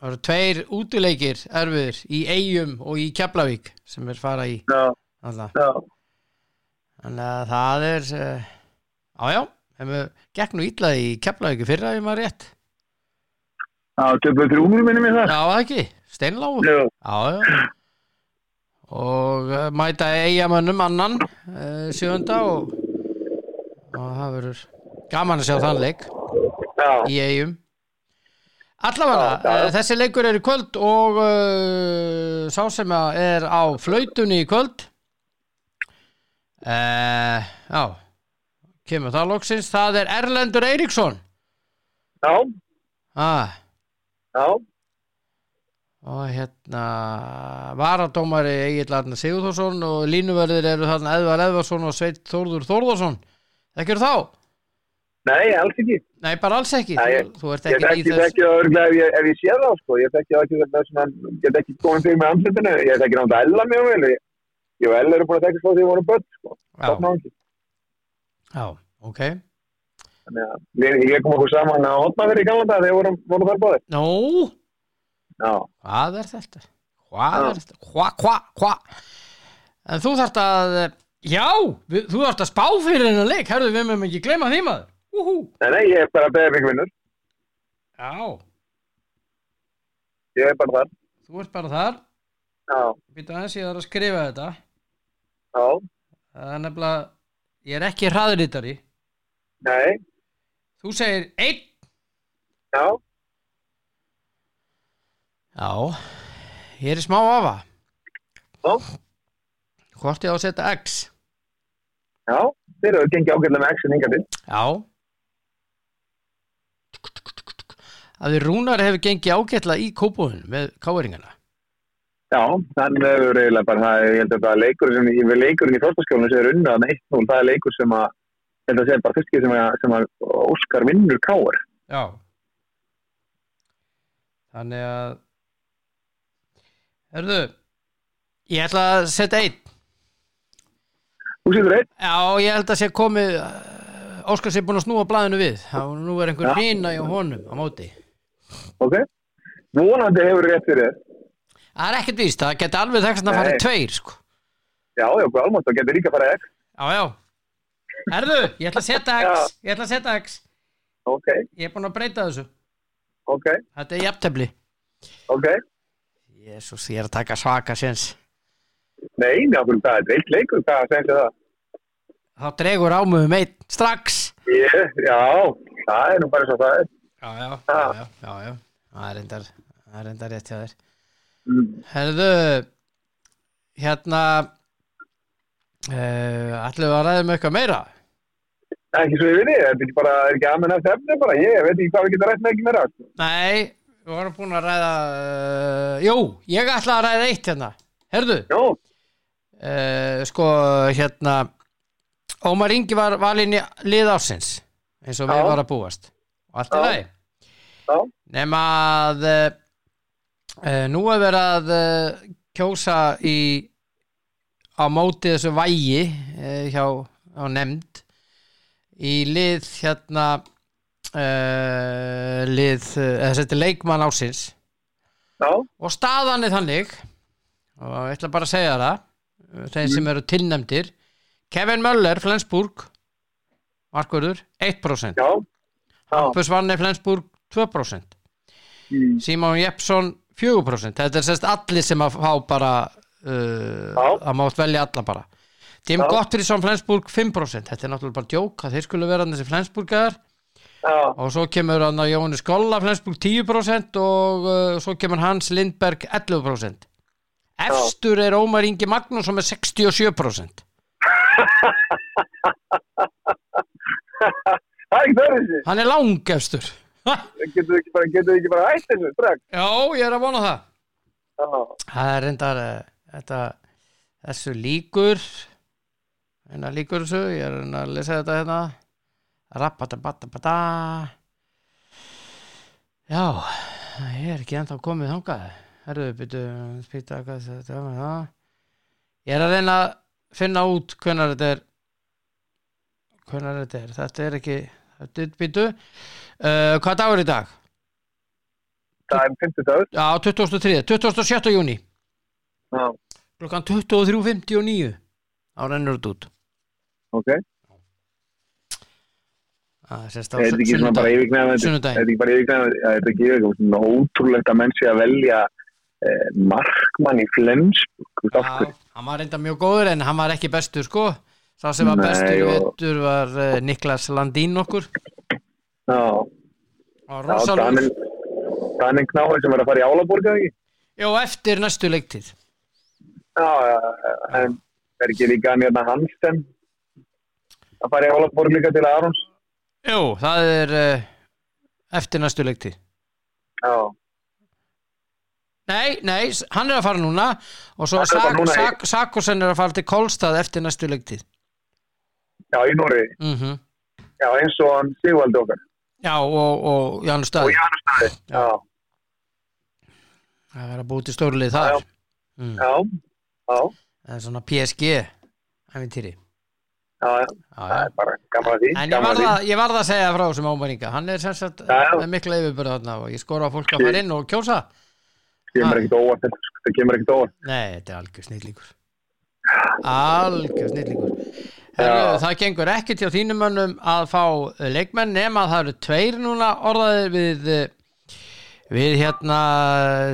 [SPEAKER 1] Það eru tveir útileikir erfiðir í Eyjum og í Keflavík sem er fara í
[SPEAKER 2] já,
[SPEAKER 1] alltaf.
[SPEAKER 2] já,
[SPEAKER 1] Þannig að það er, eh, á já, þeim er gekk nú illa í Keflavík í fyrra ef maður rétt.
[SPEAKER 2] já, töpuð þrjúmur minni mér
[SPEAKER 1] Já,
[SPEAKER 2] það.
[SPEAKER 1] það ekki, steinlágur.
[SPEAKER 2] Já,
[SPEAKER 1] Já, já. Og eh, mæta eigamönnum annan uh, sjönda og, og það verður gaman að sjá þann leik
[SPEAKER 2] já,
[SPEAKER 1] í eigum. Allavega,
[SPEAKER 2] Já, já.
[SPEAKER 1] eh, þessi leikur er í kvöld og uh, sá sem að er á flautunni í kvöld. Uh, já, kemur það loksins, það er Erlendur Eiríksson.
[SPEAKER 2] já,
[SPEAKER 1] Ah,
[SPEAKER 2] já,
[SPEAKER 1] og hérna varadómari Egil Arna Sigurðarsson og línuverðir eru þarna Edvar Edvarsson og Sveit Þórður Þórðarsson ekki eru þá?
[SPEAKER 2] nei, alls ekki.
[SPEAKER 1] Nei, bara alls ekki,
[SPEAKER 2] Nei,
[SPEAKER 1] þú, þú ert
[SPEAKER 2] Ég
[SPEAKER 1] ekki í
[SPEAKER 2] þekki það
[SPEAKER 1] þess
[SPEAKER 2] ekki örglega ef ég, ef ég sé það, sko. Ég þekki það ekki vegna þess að hann get ekki komið fyrir með andlutinu. Ég þekki náttúrulega Ella mjög vel. Ég- Ég og Ella eru búin að þekki svo því að voru börn, sko.
[SPEAKER 1] já,
[SPEAKER 2] Þarna á ekki.
[SPEAKER 1] já, ok
[SPEAKER 2] Þannig að við- ég kom okkur saman að hotna verið í gamla dag þegar vorum voru þar báðir.
[SPEAKER 1] Nú,
[SPEAKER 2] Já,
[SPEAKER 1] hvað er þetta? Hvað
[SPEAKER 2] Já.
[SPEAKER 1] er þetta? Hva, hva, hva? En þú þarft að já, við, þú þarft að spá fyrir hennar leik herðu við mögum ekki gleyma því maður Úhú.
[SPEAKER 2] nei, nei, ég er bara að beða fyrir vinnur.
[SPEAKER 1] Já,
[SPEAKER 2] Ég er bara þar.
[SPEAKER 1] þú ert bara þar
[SPEAKER 2] Já,
[SPEAKER 1] Býtu aðeins, ég þarf að skrifa þetta
[SPEAKER 2] já,
[SPEAKER 1] Það er nefnilega, ég er ekki hraðrítari.
[SPEAKER 2] nei,
[SPEAKER 1] Þú segir einn.
[SPEAKER 2] já,
[SPEAKER 1] Já, ég er í smá afa.
[SPEAKER 2] já,
[SPEAKER 1] Hvort ég á að setja X?
[SPEAKER 2] já. Þeir eru gengið ágætlega með action hingað til.
[SPEAKER 1] Já. Að því Rúnar hefur gengið ágætla í kópúðun með káeringana.
[SPEAKER 2] Já, þannig hefur eiginlega bara það, ég held að það er leikur sem, ég vil leikurinn í fórstaskjólunum sem er unnað með 1-0, það er leikur sem að, ég held að segja bara fyrst ekki sem að, sem að Óskar vinnur káar.
[SPEAKER 1] Já. Þannig að, herðu, ég ætla að setja einn.
[SPEAKER 2] Þú setur einn,
[SPEAKER 1] Já, ég held að sé komið, eh, Óskar sé búin að snúa blaðinu við. Þá nú er einhver
[SPEAKER 2] Já.
[SPEAKER 1] rýna hjá honum á móti.
[SPEAKER 2] ok? Vonandi hefur rétt fyrir þér.
[SPEAKER 1] Það er ekkert víst, það geti alveg þekst að
[SPEAKER 2] Nei.
[SPEAKER 1] fara tveir sko.
[SPEAKER 2] Já, já, hvað almátt, þá getur líka farið ekki.
[SPEAKER 1] Já, já Erðu, ég ætla að setja X Ég ætla að setja X
[SPEAKER 2] Ok,
[SPEAKER 1] Ég er búin að breyta þessu
[SPEAKER 2] ok,
[SPEAKER 1] Þetta er jafntefli
[SPEAKER 2] ok.
[SPEAKER 1] Jésús, ég er að taka svaka séns
[SPEAKER 2] Nei, nákvæmlega, það er eitt leikur, hvað segir þér það?
[SPEAKER 1] Þá dregur ámöðum einn strax
[SPEAKER 2] Ég, já, það er nú bara svo það er.
[SPEAKER 1] Já, já, já,
[SPEAKER 2] Já.
[SPEAKER 1] já, já, já. Það er reyndar, það er reyndar rétt hjá þér
[SPEAKER 2] Mm.
[SPEAKER 1] Herðu, hérna uh, Ætlum við að ræða um eitthvað meira?
[SPEAKER 2] Ekki svo yfir því, þetta er ekki bara, er ekki aðmenn eftir efni bara, ég veit ekki hvað við getum rætt með ekki meira. sko.
[SPEAKER 1] Nei, við vorum búin að ræða uh, Jú, ég ætla að ræða eitt hérna Herðu,
[SPEAKER 2] Jó,
[SPEAKER 1] uh, sko hérna Ómar Ingi var valinn í lið ásins eins og
[SPEAKER 2] Já.
[SPEAKER 1] við var að búast og allt
[SPEAKER 2] Já.
[SPEAKER 1] er lagi
[SPEAKER 2] já,
[SPEAKER 1] nema að uh, nú er verið að uh, kjósa í á móti þessu vægi uh, hjá á nefnd í lið hérna uh, lið uh, eða þetta er leikmann ásins
[SPEAKER 2] já,
[SPEAKER 1] og staðan er þannig og ég ætla bara að segja það þeir sem eru tilnæmdir Kevin Möller, Flensburg Markurður, 1%
[SPEAKER 2] já, já.
[SPEAKER 1] Hampus Vanni, Flensburg, 2%
[SPEAKER 2] Mm.
[SPEAKER 1] Simon Jeppsson, 4% þetta er sérst allir sem að fá bara uh,
[SPEAKER 2] Já.
[SPEAKER 1] að mátt velja alla bara Tim
[SPEAKER 2] Já.
[SPEAKER 1] Gottfriðsson, Flensburg, 5% þetta er náttúrulega bara djók að þeir skulle vera þessi Flensburgar
[SPEAKER 2] Já,
[SPEAKER 1] og svo kemur hann að Jóhannes Golla Flensburg 10% og uh, svo kemur Hans Lindberg 11% Efstur er Ómar Ingi Magnússon með 67%
[SPEAKER 2] það er ekki þessi.
[SPEAKER 1] Hann er lang efstur Já,
[SPEAKER 2] Getur þið ekki bara, getur þið ekki bara hætt þessu, strax.
[SPEAKER 1] ég er að vona það
[SPEAKER 2] Já,
[SPEAKER 1] Það er reyndar uh, þetta, þessu líkur hérna líkur þessu ég er að reyna að lesa þetta hérna Rappatabatabata Já, ég er ekki ennþá komið þangað Herðu, byrju, spýta hvað þetta er með það Ég er að reyna að finna út hvenær þetta er hvenær þetta eh, er, þetta er ekki þetta er byrju uh, Hvað dagur í dag?
[SPEAKER 2] það er 50 dagur.
[SPEAKER 1] Já, 23. 27. júni
[SPEAKER 2] Já,
[SPEAKER 1] klukkan 23.59 á rennur þetta út
[SPEAKER 2] ok.
[SPEAKER 1] það er sérst á
[SPEAKER 2] Er þetta ekki svona bara yfirgnæðandi? Er
[SPEAKER 1] Sunnudaginn.
[SPEAKER 2] þetta ekki bara yfirgnæðandi? Er þetta ekki yfirgnæðandi? Svona ótrúlegt að menn sé að velja eh, markmann í Flensburg. Þú veist af
[SPEAKER 1] Já,
[SPEAKER 2] hverju?
[SPEAKER 1] hann var reynda mjög góður en hann var ekki bestur sko sá sem var
[SPEAKER 2] Nei,
[SPEAKER 1] bestur í
[SPEAKER 2] og-
[SPEAKER 1] vettur var uh, Niklas Landín okkur
[SPEAKER 2] Já,
[SPEAKER 1] og
[SPEAKER 2] já,
[SPEAKER 1] rosalúð
[SPEAKER 2] Daninn- Daninn Knáður sem er að fara í Álaborg, eða ekki?
[SPEAKER 1] Jó, eftir næstu leiktið
[SPEAKER 2] Já, já, en er ekki líka hann hérna Hansen að fara í Álaborg líka til Arons?
[SPEAKER 1] Jó, það er uh, eftir næstu leiktið
[SPEAKER 2] Já,
[SPEAKER 1] Nei, nei, s- hann er að fara núna og svo
[SPEAKER 2] Hann er að fara
[SPEAKER 1] Sak-
[SPEAKER 2] núna í-
[SPEAKER 1] Sak- Sakusen er að fara til Kolstað eftir næstu leiktið
[SPEAKER 2] já, í Nóri.
[SPEAKER 1] mm
[SPEAKER 2] Já, eins og hann Sigvaldi okkar.
[SPEAKER 1] Já, og, og Janu
[SPEAKER 2] Og
[SPEAKER 1] Stað
[SPEAKER 2] Janus Dæði. Já,
[SPEAKER 1] það er að búið til stórlið þar
[SPEAKER 2] Já.
[SPEAKER 1] mm.
[SPEAKER 2] já, já,
[SPEAKER 1] það er svona PSG ævintýri
[SPEAKER 2] já, já.
[SPEAKER 1] Já, já.
[SPEAKER 2] Það er bara gaman að því.
[SPEAKER 1] En ég
[SPEAKER 2] gaman að
[SPEAKER 1] varð,
[SPEAKER 2] því.
[SPEAKER 1] að, ég varð að segja frá þessum ámæringa Hann er sem sagt
[SPEAKER 2] Já, já.
[SPEAKER 1] með mikla yfirbörð þarna og ég skora á fólk að fara inn og kjósa
[SPEAKER 2] kemur ekkert óvart þetta, sko, það kemur ekkert óvart
[SPEAKER 1] Nei, þetta er algjör snillíkur Algjör snillíkur Herru,
[SPEAKER 2] Já.
[SPEAKER 1] það gengur ekkert hjá þínum mönnum að fá eh, leikmenn nema að það eru tveir núna orðaðir við eh, við hérna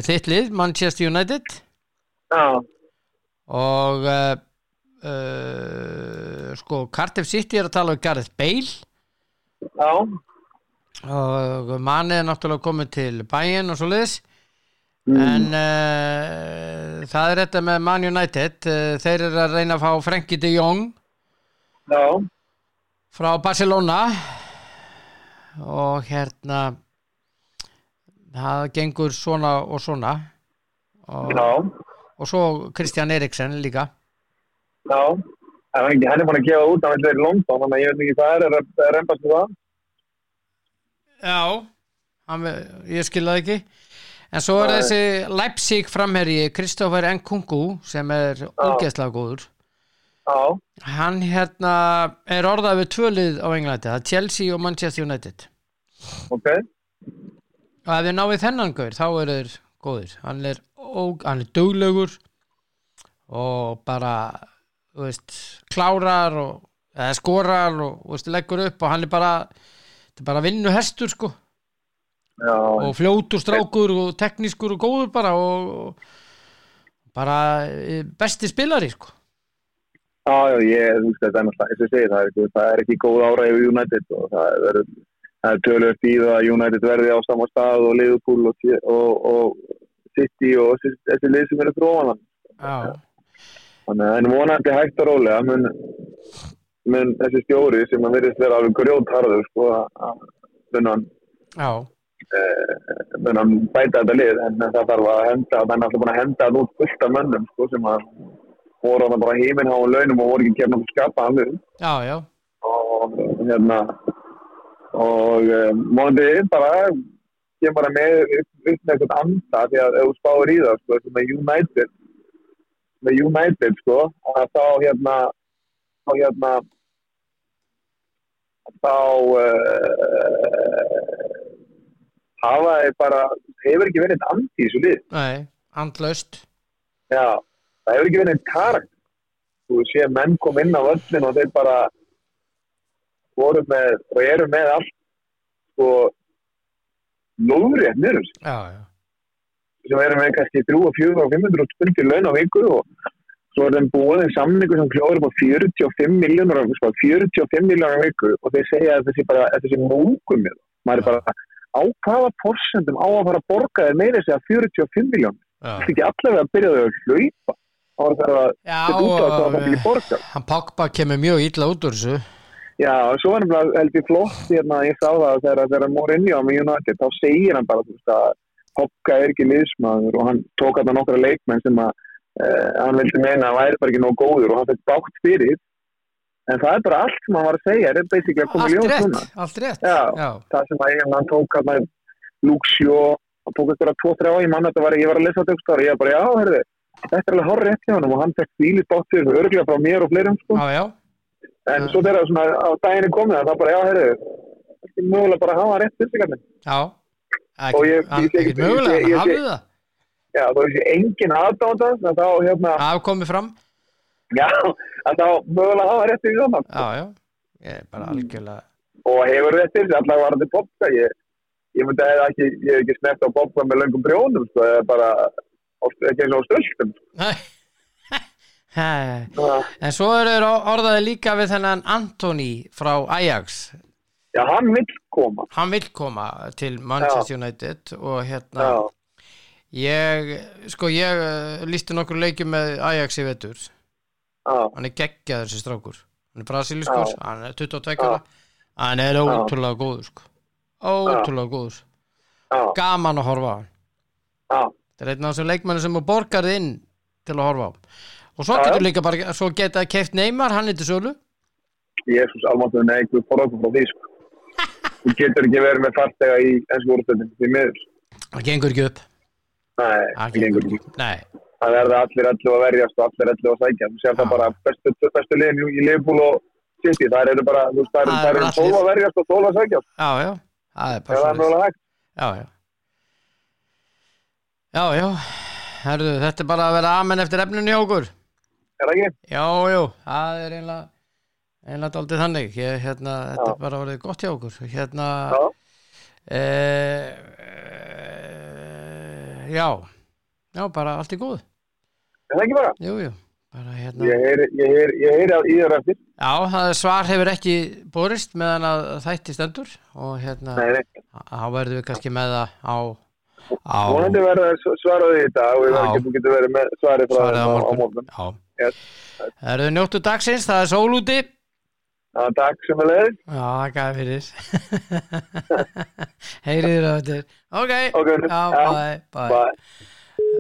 [SPEAKER 1] þitt lið, Manchester United
[SPEAKER 2] já,
[SPEAKER 1] og uh, uh, sko Cardiff City er að tala um Gareth Bale
[SPEAKER 2] já,
[SPEAKER 1] og manni er náttúrulega komið til bæinn og svo liðs
[SPEAKER 2] Mm.
[SPEAKER 1] en uh, það er þetta með Man United uh, þeir eru að reyna að fá Frenkie de Jong
[SPEAKER 2] já
[SPEAKER 1] frá Barcelona og hérna það gengur svona og svona og,
[SPEAKER 2] já,
[SPEAKER 1] og svo Kristján Eriksen líka
[SPEAKER 2] já Það er ekki, henni er búin að gefa út að hann er í London þannig að ég veit ekki hvað er, er að reymbast við það
[SPEAKER 1] Já hann, ég skilði það ekki en svo er
[SPEAKER 2] Nei.
[SPEAKER 1] þessi Leipzig framherji Kristoffer Nkungu sem er ógeðslega góður
[SPEAKER 2] já,
[SPEAKER 1] hann hérna er orðað við tvölið á Englandi, það er Chelsea og Manchester United
[SPEAKER 2] ok
[SPEAKER 1] og ef við náum þennan gaur þá eru þeir góðir hann er, ó, hann er duglegur og bara þú veist, klárar og eða skorar og þú veist, leggur upp og hann er bara, þetta er bara vinnu hestur sko
[SPEAKER 2] já,
[SPEAKER 1] og fljótur strákur og teknískur og góður bara og, og bara eh, besti spilari sko
[SPEAKER 2] já, já, ég þú veist þetta er náttúrulega, eins og ég segi, það er, ekki- það er ekki góð ára yfir United og það er, það er tölvöld í það að United verði á sama stað og Liverpool og, og, og City og þessi, þessi lið sem eru þróan hann
[SPEAKER 1] Já,
[SPEAKER 2] Þannig að en vonandi hægt og rólega mun, mun þessi stjóri sem að verðist vera alveg grjótharður sko að- að mun hann, e,
[SPEAKER 1] já,
[SPEAKER 2] mun hann bæta þetta lið en það þarf að henda, það er náttúrulega búin að henda það út fullt af mönnum sko sem að voru hann bara heiminn á launum og voru ekki kemna að skapa hann lið
[SPEAKER 1] já, já
[SPEAKER 2] og hérna og um, vonandi bara ég bara með upp, upp með eitthvað anda því að ef þú spáir í það sko, með United með United sko að þá hérna þá hérna þá uh, hafa þeir bara hefur ekki verið andi í þessu lið
[SPEAKER 1] Nei, andlaust
[SPEAKER 2] Já, það hefur ekki verið neitt karakt. Þú sé menn kom inn á völlin og þeir bara voru með og eru með allt sko lóðrétt nýrum
[SPEAKER 1] Já, já,
[SPEAKER 2] sem eru með kannski 3, 4 og 500 skuldir laun á viku og svo er þeim búið en samningu sem kljóður upp á 45 miljónur á, sko, 45 miljónur á viku og þeir segja að þessi bara, að þessi mókum með það. Maður er bara á hvaða porsendum á að fara að borga þeir meira segja 45 miljónur
[SPEAKER 1] já.
[SPEAKER 2] þetta ekki allavega að byrja þau að hlaupa þá er það að þetta út á það að það
[SPEAKER 1] Já, uh,
[SPEAKER 2] byrja borgar
[SPEAKER 1] hann Pogba kemur mjög illa út úr þessu
[SPEAKER 2] já, og svo er nefnilega held ég flott hérna að ég sá það þegar þegar hann mór inn í á með United þá segir hann bara þú veist að Hopka er ekki liðsmaður og hann tók hann nokkra leikmenn sem að uh, hann vildi meina að hann væri bara ekki nóg góður og hann fekk bátt fyrir en það er bara allt sem hann var að segja er basically að koma í
[SPEAKER 1] Allt
[SPEAKER 2] ljós núna
[SPEAKER 1] rétt, allt rétt
[SPEAKER 2] Já.
[SPEAKER 1] já,
[SPEAKER 2] það sem að ég, hann tók hann með Luxio, hann tók eitthvað 2-3 ég mann að þetta var, ég var að lesa þetta ykkur og ég var bara, já, herði, þetta er alveg horrið eftir hann og hann fekk bílið bóttir örglega frá mér og fleirum, sko,
[SPEAKER 1] já, já,
[SPEAKER 2] en svo þegar svona á daginn er komið að það bara, já, herði, þetta er mögulega bara að hafa rétt fyrir sig,
[SPEAKER 1] já.
[SPEAKER 2] Og
[SPEAKER 1] Ekkert
[SPEAKER 2] ég- ég-
[SPEAKER 1] hann-
[SPEAKER 2] ég-
[SPEAKER 1] ekkert
[SPEAKER 2] ég-
[SPEAKER 1] mögulega,
[SPEAKER 2] ég-
[SPEAKER 1] hann
[SPEAKER 2] ég-
[SPEAKER 1] hafði það.
[SPEAKER 2] Já, þú veist, engin aðdándans, en þá, hérna,
[SPEAKER 1] Það hafði komið fram.
[SPEAKER 2] já, en þá mögulega hafa rétt fyrir saman.
[SPEAKER 1] Já, já. Ég er bara algjörlega.
[SPEAKER 2] Og hefur rétt fyrir, allavega var þetta popka, ég, ég myndi að hefði ekki, ég hef ekki snert á popka með löngum brjónum, sko, eða bara, á- ekki eins og á sko. stöldstum.
[SPEAKER 1] Nei. Ha.
[SPEAKER 2] Já,
[SPEAKER 1] en svo eru þeir or- orðaði líka við þennan Antoni frá Ajax.
[SPEAKER 2] Já, hann vill koma.
[SPEAKER 1] Hann vil koma til Manchester United og hérna...
[SPEAKER 2] Já,
[SPEAKER 1] Ég, sko, ég eh, lísti nokkur leikjum með Ajax í vetur.
[SPEAKER 2] já,
[SPEAKER 1] Hann er geggjaður þessi strákur. Hann er brasilískur,
[SPEAKER 2] Já.
[SPEAKER 1] hann er 22 ára. Hann er ótrúlega góður, sko. Ótrúlega góður.
[SPEAKER 2] já,
[SPEAKER 1] Gaman að horfa á hann.
[SPEAKER 2] já,
[SPEAKER 1] Þetta er einn af þessum leikmennum sem þú borgar inn til að horfa á. Og svo
[SPEAKER 2] Já,
[SPEAKER 1] getur
[SPEAKER 2] já.
[SPEAKER 1] líka bara, svo geta keift Neymar, hann er til sölu.
[SPEAKER 2] Jésús, almáttur, nei, þú fór okkur frá því, sko. Þú getur ekki verið með fartega í ennsku úrstöndin, því miður.
[SPEAKER 1] Það gengur ekki upp.
[SPEAKER 2] Nei,
[SPEAKER 1] Það
[SPEAKER 2] það gengur ekki.
[SPEAKER 1] upp. Nei,
[SPEAKER 2] það verða allir allir að verjast og allir allir að sækja þú sér það
[SPEAKER 1] Já.
[SPEAKER 2] bara bestu, bestu liðin í- í Liverpool og City það eru bara, þú veist, það eru-
[SPEAKER 1] Það
[SPEAKER 2] það
[SPEAKER 1] eru
[SPEAKER 2] eru
[SPEAKER 1] allir.
[SPEAKER 2] 12 að verjast og 12 að sækja
[SPEAKER 1] já, já. Það er
[SPEAKER 2] það
[SPEAKER 1] bara
[SPEAKER 2] er
[SPEAKER 1] svo.
[SPEAKER 2] mögulega hægt
[SPEAKER 1] Já, já. Já, já. Herðu, þetta er bara að vera amen eftir efninu hjá okkur.
[SPEAKER 2] er það ekki?
[SPEAKER 1] Já, já, það er einlega einlega daldið þannig ég, hérna, þetta
[SPEAKER 2] Já.
[SPEAKER 1] er bara orðið gott hjá okkur hérna
[SPEAKER 2] Já,
[SPEAKER 1] e, e, já já, bara allt í góð
[SPEAKER 2] er það ekki bara?
[SPEAKER 1] jú, jú, bara hérna
[SPEAKER 2] Ég heyri, ég heyri, ég heyri að í þér eftir
[SPEAKER 1] já, það er svar hefur ekki borist meðan að þætti stendur og hérna,
[SPEAKER 2] nei, nei,
[SPEAKER 1] þá verðum við kannski með það á, á
[SPEAKER 2] vonandi verða s- svarað í dag og ég
[SPEAKER 1] Já.
[SPEAKER 2] verði ekki, þú getur verið með svarið frá
[SPEAKER 1] svarið á
[SPEAKER 2] þeim á- á
[SPEAKER 1] morgun
[SPEAKER 2] morgun
[SPEAKER 1] já,
[SPEAKER 2] Yes.
[SPEAKER 1] það eru njóttu dagsins, það er sól úti
[SPEAKER 2] Já, takk sem að leiðis
[SPEAKER 1] Já, gæði fyrir Heyriður á þetta Ok,
[SPEAKER 2] Ok,
[SPEAKER 1] já,
[SPEAKER 2] já.
[SPEAKER 1] bæ, bæ
[SPEAKER 2] Bye.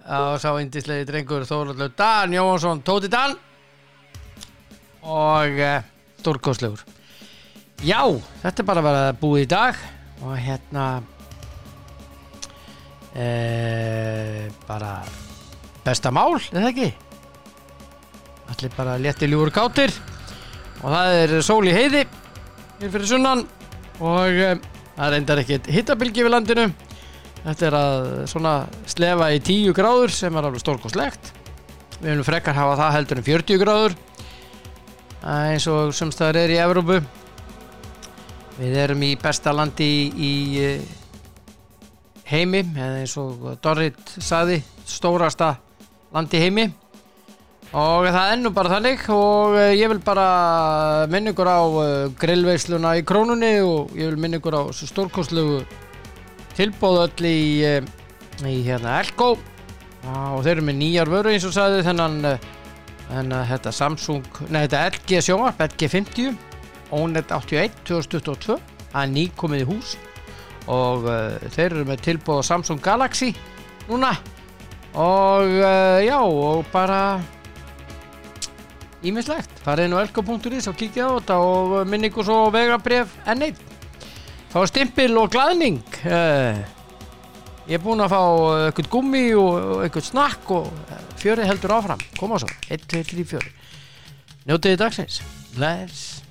[SPEAKER 1] Já, sá indislegi drengur Þóraldur Dan Jóhansson, Tóti Dan og uh, stórkostlegur Já, þetta er bara að vera búið í dag og hérna e, bara besta mál, er það ekki? Allir bara létti ljúur kátir og það er sól í heiði hér fyrir sunnan og e, það er endar ekkert hittabilgi við landinu Þetta er að svona slefa í 10 gráður sem er alveg stórkostlegt. Við viljum frekar hafa það heldur en 40 gráður Það er eins og sumstaðar er í Evrópu. Við erum í besta landi í, í eh, heimi eða eins og Dorrit saði stórasta landi heimi og það er nú bara þannig og eh, ég vil bara minna ykkur á eh, grillveisluna í krónunni og ég vil minna ykkur á stórkostlegu tilbóð öll í, eh, í hérna Elko Ah, og þeir eru með nýjar vöru eins og sagði þennan eh, þennan þetta Samsung, nei þetta LG sjónvarp LG50, ONET 81 2022, það er nýkomið í hús og uh, þeir eru með tilbóð á Samsung Galaxy núna og uh, já og bara ímislegt, farið inn á elko.is og kikið á þetta og eh, minni ykkur svo vegabref N1 Þá er stimpil og glaðning Eh, Ég er búinn að fá eh, eitthvað gummi og og eitthvað snakk og eh, fjörið heldur áfram Koma svo, 1, 2, 3, 4 Njótiði dagsins Bless